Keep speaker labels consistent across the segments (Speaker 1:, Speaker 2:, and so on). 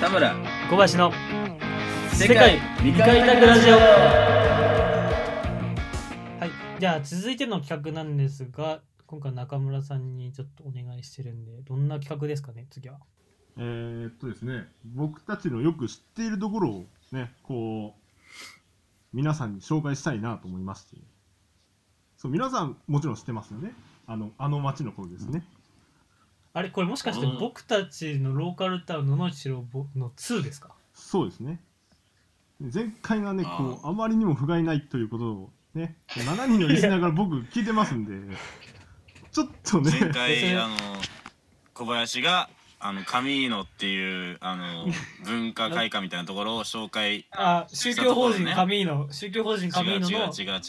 Speaker 1: 田村
Speaker 2: 小林の世
Speaker 1: 世
Speaker 2: 界
Speaker 1: 界
Speaker 2: 未
Speaker 1: 未
Speaker 2: 開
Speaker 1: 開
Speaker 2: 拓
Speaker 1: 拓
Speaker 2: ラ
Speaker 1: ラ
Speaker 2: ジ
Speaker 1: ジ
Speaker 2: オ
Speaker 1: オ
Speaker 2: はいじゃあ続いての企画なんですが今回中村さんにちょっとお願いしてるんでどんな企画ですかね次は
Speaker 3: えー、っとですね、僕たちのよく知っているところをね、こう、皆さんに紹介したいなと思いまして。そう、皆さんもちろん知ってますよね。あの、あの町のことですね。
Speaker 2: あれこれもしかして
Speaker 1: うん
Speaker 2: 僕たちのローカルタウンののしろの2ですか
Speaker 3: そうですね。前回がね、こう、
Speaker 1: あ
Speaker 3: あまりにも不甲斐ないということをね、7人のリスナーから僕聞いてますん で、ちょっとね、
Speaker 1: 前
Speaker 2: そ
Speaker 1: 回
Speaker 2: れ
Speaker 1: あの小林があのカミーノっていうあ の文化会館みたいなところを紹介
Speaker 2: あ宗教法人
Speaker 1: そうだね
Speaker 2: カミーノ、宗教法人
Speaker 1: 違
Speaker 2: カ
Speaker 1: う
Speaker 2: ミーノ
Speaker 1: 違う違う
Speaker 2: の
Speaker 1: 違う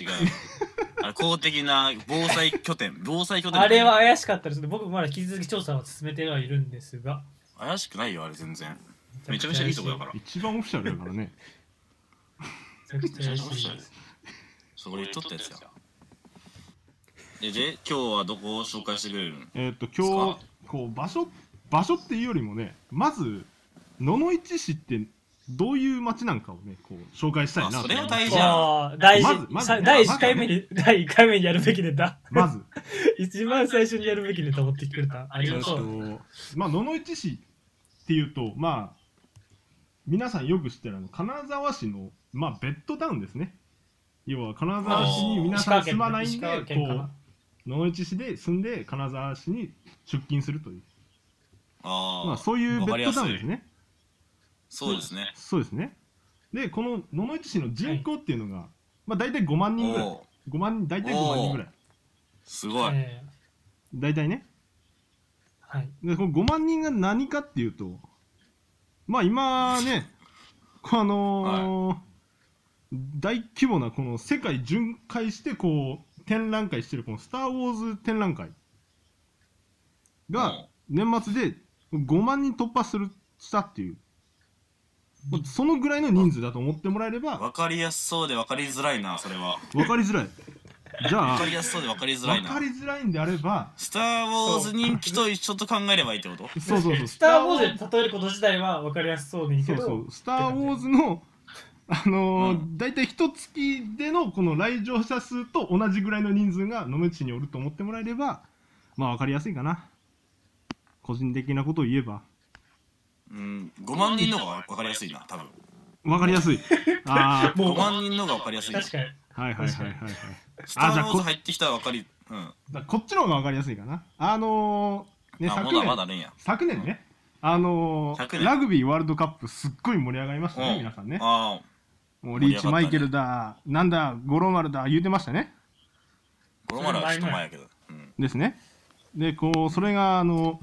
Speaker 1: あれ公的な防災拠 点防災拠点
Speaker 2: あれは怪しかったですね僕まだ引き続き調査は進めてはいるんですが
Speaker 1: 怪しくないよあれ全然めちゃめちゃいいとこだから
Speaker 3: 一番オフィシャルだからね。
Speaker 2: めちゃくちゃ怪
Speaker 1: めちゃめ
Speaker 2: しい
Speaker 1: ちゃ怪しい
Speaker 2: で
Speaker 1: ですそこで撮ったやつやでで今日はどこを紹介してくれるの
Speaker 3: えーっと今日こう場所場所っていうよりもねまず野々市市ってどういう町なんかをねこう紹介したいなと
Speaker 1: あそれは
Speaker 3: 思います
Speaker 1: じゃ
Speaker 2: あー大事、
Speaker 3: まずまず
Speaker 2: さ
Speaker 3: ね
Speaker 2: 第1
Speaker 3: まずね
Speaker 2: 回目に、第1回目にやるべきネタ。
Speaker 3: まず、
Speaker 2: 一番最初にやるべきネタ持ってきてくれた。あり
Speaker 3: え
Speaker 2: が
Speaker 3: ーっ
Speaker 2: と
Speaker 3: と
Speaker 2: う。
Speaker 3: まあ、野々市市っていうとまあ皆さんよく知ってるあの金沢市の、まあ、ベッドタウンですね要は金沢市に皆さん住まないん
Speaker 2: 石
Speaker 3: で
Speaker 2: 川
Speaker 3: こ
Speaker 2: 県か
Speaker 3: う
Speaker 2: な
Speaker 3: 野々市市で住んで金沢市に出勤するという、
Speaker 1: あー、
Speaker 3: まあ、そういうベ
Speaker 1: わかり
Speaker 3: ッド
Speaker 1: やす
Speaker 3: タ
Speaker 1: い
Speaker 3: ウンですね
Speaker 1: そうですね
Speaker 3: そうですね。で、この野々市市の人口っていうのが、まあ大体5万人ぐらい。
Speaker 1: おー
Speaker 3: 5万、大体5万人ぐらい。
Speaker 1: すごい、
Speaker 2: えー
Speaker 3: 大体ね。
Speaker 2: はい。
Speaker 3: で、この5万人が何かっていうと、まあ 今ね、こうあのー大規模なこの世界巡回してこう展覧会してるこの「スター・ウォーズ」展覧会が年末で5万人突破するしたっていう、まあそのぐらいの人数だと思ってもらえれば
Speaker 1: わかりやすそうでわかりづらいなそれは
Speaker 3: わかりづらい。じゃあ、
Speaker 1: わ
Speaker 3: わ
Speaker 1: か
Speaker 3: か
Speaker 1: り
Speaker 3: り
Speaker 1: やすそうでわかりづらいな
Speaker 3: づらいんであれば、
Speaker 1: スター・ウォーズ人気と一緒と考えればいいってこと
Speaker 3: そうそうそう、
Speaker 2: スター・ウォーズで例えること自体は分かりやすそうでいいけ
Speaker 3: そ
Speaker 2: ど、
Speaker 3: うそう、スター・ウォーズの、あの
Speaker 1: う
Speaker 3: ー、大体一月でのこの来場者数と同じぐらいの人数が野口におると思ってもらえれば、まあわかりやすいかな。個人的なことを言えば。
Speaker 1: うん5万人の方がわかりやすいな多分
Speaker 3: わかり やすい。あ
Speaker 2: も
Speaker 1: 5
Speaker 2: う、
Speaker 1: 万人の方がわかりやすいな
Speaker 2: 確かに。
Speaker 3: あ、はいはいはいはいはい。
Speaker 1: スター・ウォー
Speaker 3: こ
Speaker 1: ズ入ってきたらわかりうん
Speaker 3: だこっちの方がわかりやすいかな。あのー、ね、
Speaker 1: あ
Speaker 3: 昨
Speaker 1: まだま
Speaker 3: 年、
Speaker 1: だあるんや
Speaker 3: 昨年ね、あの
Speaker 1: 昨
Speaker 3: ー、
Speaker 1: 年
Speaker 3: ラグビーワールドカップすっごい盛り上がりました
Speaker 1: う
Speaker 3: ね、
Speaker 1: ん
Speaker 3: 皆さんね。
Speaker 1: ああ
Speaker 3: もうリーチ、マイケルだ、なんだ、五郎丸だ、言うてましたね。
Speaker 1: これまだはちょっと前やけどうん
Speaker 3: ですね。で、こう、それが、あの、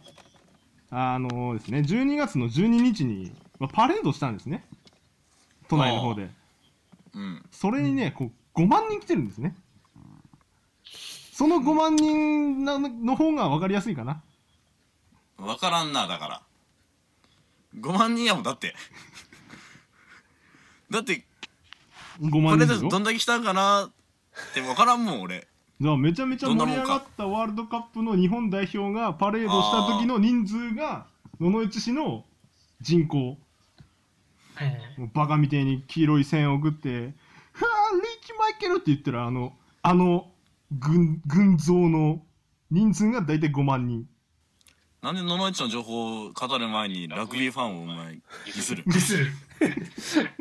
Speaker 3: あのですね、12月の12日に、まあ、パレードしたんですね。都内の方で。
Speaker 1: うん
Speaker 3: それにね、こう、5万人来てるんですね。その5万人なの方が分かりやすいかな。
Speaker 1: わからんなだから5万人やもんだって だって
Speaker 3: 5
Speaker 1: こ
Speaker 3: 万
Speaker 1: れで
Speaker 3: 人ですよ
Speaker 1: どんだけ来たんかなってわからんもん俺
Speaker 3: じゃあめちゃめちゃ
Speaker 1: どんなも
Speaker 3: 盛
Speaker 1: ん
Speaker 3: り
Speaker 1: か
Speaker 3: 上がったワールドカップの日本代表がパレードした時の人数が野々市市の人口
Speaker 2: え
Speaker 3: もうバカみてえに黄色い線を送って「ふわーリーチマイケル!」って言ったらあのあの軍軍像の人数が大体5万人
Speaker 1: なんで野々市の情報を語る前にラグビーファンをお前ディス る
Speaker 2: ーディスる。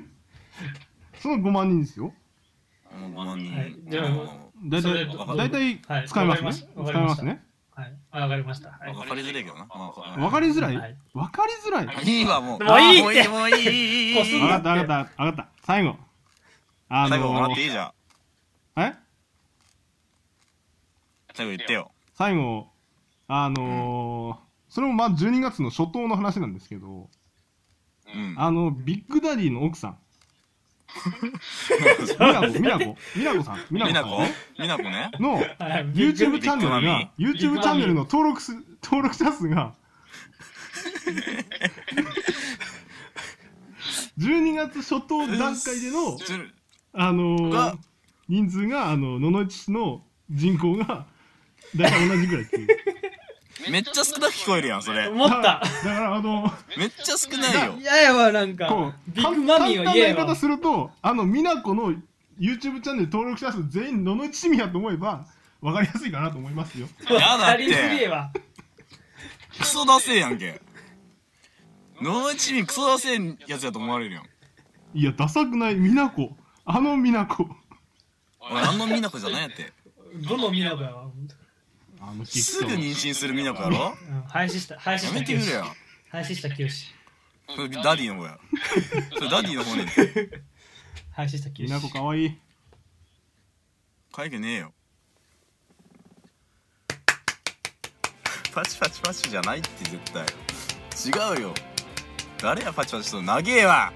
Speaker 3: その5万人ですよ
Speaker 1: もう5万人、
Speaker 2: はいじゃあ
Speaker 1: うん
Speaker 3: 大
Speaker 2: それ
Speaker 3: 体大
Speaker 2: はい
Speaker 3: 体使えますね、
Speaker 2: わか
Speaker 3: 使
Speaker 2: りま
Speaker 3: え
Speaker 2: し
Speaker 3: ま
Speaker 2: た
Speaker 3: すね
Speaker 2: はい。あわかりました。はい。
Speaker 1: わかりづらいけどな。まあ
Speaker 3: わかりづらい、
Speaker 2: はい
Speaker 3: わかりづらい、わ
Speaker 1: いいわ、もう。
Speaker 2: もういい
Speaker 1: あーもういい、もういい。
Speaker 2: こすん
Speaker 3: か
Speaker 2: な
Speaker 3: ったわかったわかった最後あ
Speaker 1: 最後もらってい
Speaker 3: の
Speaker 1: いじゃん。
Speaker 3: え
Speaker 1: 最後言ってよ。
Speaker 3: 最後あのーそれもまあ12月の初頭の話なんですけど
Speaker 1: うん。
Speaker 3: あのビッグダディの奥さんみなこみなこみなこさんみなこ
Speaker 1: み
Speaker 3: さ
Speaker 1: なんこ
Speaker 3: ね
Speaker 1: みなこね。
Speaker 3: の
Speaker 2: はい、
Speaker 3: YouTube チ
Speaker 2: ビッグ
Speaker 3: ャンネルが YouTube チャンネルの登録数登録者 数が12月初頭段階で の、
Speaker 1: する
Speaker 3: あのー
Speaker 1: が
Speaker 3: 人 数があの野々市市の人口が大体同じぐらいっていう
Speaker 1: めっちゃ少なく聞こえるやんそれ
Speaker 2: 思った
Speaker 3: だだからあの
Speaker 1: めっちゃ少ないよ
Speaker 2: いややわなん
Speaker 3: こ
Speaker 2: か
Speaker 3: う
Speaker 2: ビッグマミーは言え
Speaker 3: 簡単な言い
Speaker 2: よ
Speaker 3: 方するとあの美奈子の YouTube チャンネル登録者数全員野々市市民やと思えば分かりやすいかなと思いますよ
Speaker 1: いやだ
Speaker 2: あ
Speaker 1: っ
Speaker 2: りすげえ
Speaker 1: て
Speaker 2: わ
Speaker 1: クソダセえやんけ野々市民クソダセえやつやと思われるやん
Speaker 3: いやダサくない美奈子あの美奈子
Speaker 1: 俺あんな美奈子じゃないやって
Speaker 2: どのミラブやわ本当
Speaker 3: あのキッ
Speaker 1: す
Speaker 3: ソ
Speaker 1: ぐ妊娠する美奈子やろ
Speaker 2: うん林下林
Speaker 1: や
Speaker 2: 下
Speaker 1: めてくれ
Speaker 2: 清
Speaker 1: よ
Speaker 2: 林下清
Speaker 1: それダディの方やそれダディの方ね
Speaker 2: 林下
Speaker 3: 美
Speaker 2: 清
Speaker 3: 奈子かわいい
Speaker 1: 書いてねえよ パチパチパチじゃないって絶対違うよ誰やパチパチと長えわ